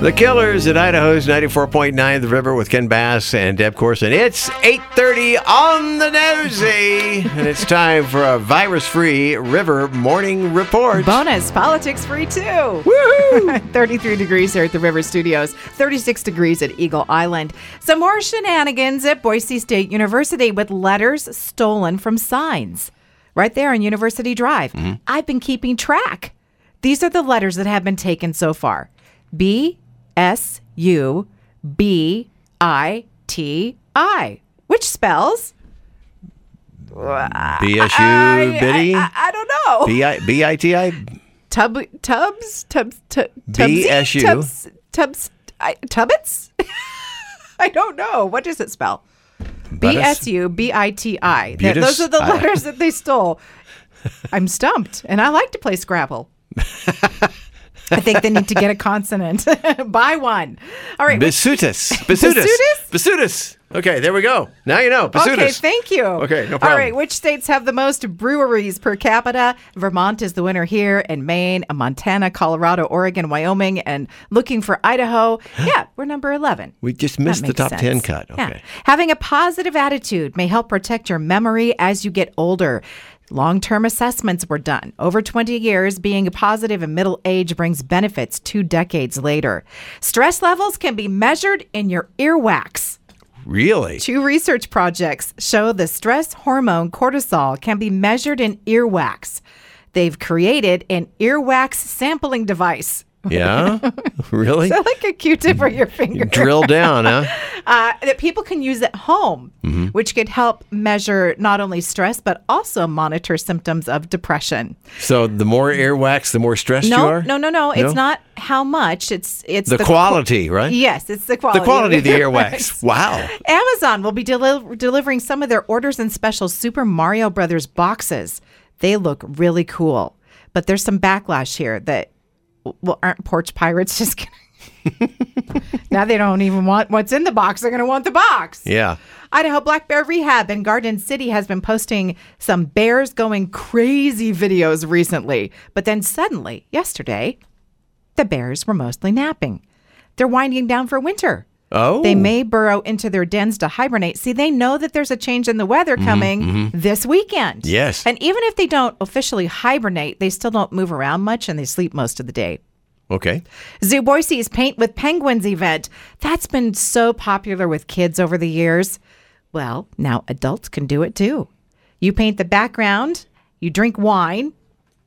The Killers at Idaho's 94.9 The River with Ken Bass and Deb Corson. It's 8.30 on the nosy, and it's time for a virus-free River Morning Report. Bonus politics free too. Woohoo! 33 degrees here at the River Studios, 36 degrees at Eagle Island. Some more shenanigans at Boise State University with letters stolen from signs. Right there on University Drive. Mm-hmm. I've been keeping track. These are the letters that have been taken so far B S U B I T I, which spells BSU Biddy? I, I don't know. B-I- B-I-T-I? Tub Tubs Tubs Tubs BSU. Tubs Tubs I, Tubbits. I don't know what does it spell. B S U B I T I. Th- Butis? Those are the I- letters that they stole. I'm stumped, and I like to play Scrabble. I think they need to get a consonant. Buy one. All right. Basutus. Basutus. Basutus? Basutus. Okay, there we go. Now you know. Basutus. Okay, thank you. Okay, no All problem. right, which states have the most breweries per capita? Vermont is the winner here, and Maine, and Montana, Colorado, Oregon, Wyoming, and looking for Idaho. Yeah, we're number 11. We just That missed the makes top sense. 10 cut. Yeah. Okay. Having a positive attitude may help protect your memory as you get older. Long term assessments were done. Over 20 years, being positive in middle age brings benefits two decades later. Stress levels can be measured in your earwax. Really? Two research projects show the stress hormone cortisol can be measured in earwax. They've created an earwax sampling device, Yeah? really? like a Q-tip or your finger, Drill down, huh? uh, that people can use at home, Mm-hmm. which could help measure not only stress but also monitor symptoms of depression. So the more earwax, the more stressed you No, are? no, no, no. It's No? not how much. It's it's The, qu- quality, right? Yes, it's the quality. The quality of the earwax. Wow. Amazon will be deli- delivering some of their orders in special Super Mario Brothers boxes. They look really cool, but there's some backlash here that well, aren't porch pirates just gonna now they don't even want what's in the box. They're gonna want the box. Yeah. Idaho Black Bear Rehab in Garden City has been posting some bears going crazy videos recently, but then suddenly, yesterday, the bears were mostly napping. They're winding down for winter. Oh. They may burrow into their dens to hibernate. See, they know that there's a change in the weather coming this weekend. Mm-hmm, Yes. And even if they don't officially hibernate, they still don't move around much and they sleep most of the day. Okay. Zoo Boise's Paint with Penguins event. That's been so popular with kids over the years. Well, now adults can do it too. You paint the background, you drink wine,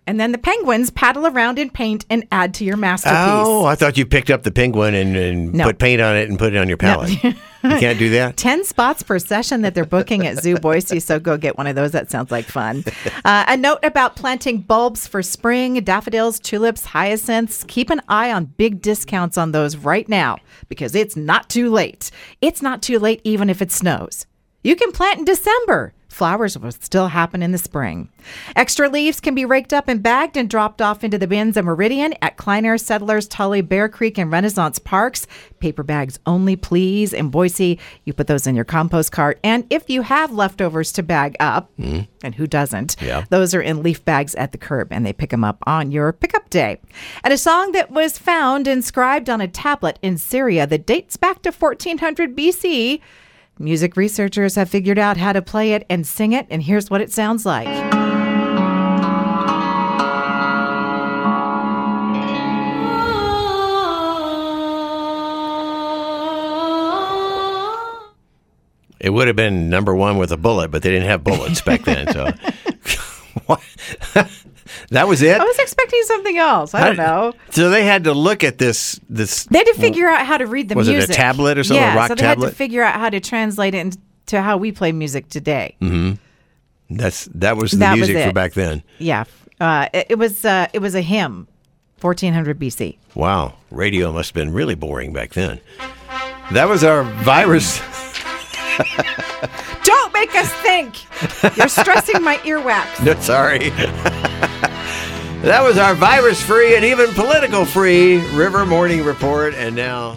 and then the penguins paddle around in paint and add to your masterpiece. Oh, I thought you picked up the penguin and, and No. put paint on it and put it on your palette. you can't do that? 10 spots per session that they're booking at Zoo Boise, so go get one of those. That sounds like fun. Uh, a note about planting bulbs for spring daffodils, tulips, hyacinths. Keep an eye on big discounts on those right now because it's not too late. It's not too late even if it snows. You can plant in December. Flowers will still happen in the spring. Extra leaves can be raked up and bagged and dropped off into the bins at Meridian at Kleiner, Settlers, Tully, Bear Creek, and Renaissance Parks. Paper bags only, please. In Boise, you put those in your compost cart. And if you have leftovers to bag up, and who doesn't, Yeah. those are in leaf bags at the curb and they pick them up on your pickup day. And a song that was found inscribed on a tablet in Syria that dates back to 1400 BC. Music researchers have figured out how to play it and sing it, and here's what it sounds like. It would have been number one with a bullet, but they didn't have bullets back then. So What? that was it? I was expecting something else. I don't know. So they had to look at this. This They had to figure out how to read the Was it a music. tablet or something, a Yeah, rock so they had tablet? to figure out how to translate it into how we play music today. Mm-hmm. that's that was the That was music for it. back then. Yeah, uh, it, it was uh, it was a hymn, 1400 BC. Wow, radio must have been really boring back then. That was our virus. Don't make us think. You're stressing my earwax. No, sorry. that was our virus-free and even political-free River Morning Report, and now.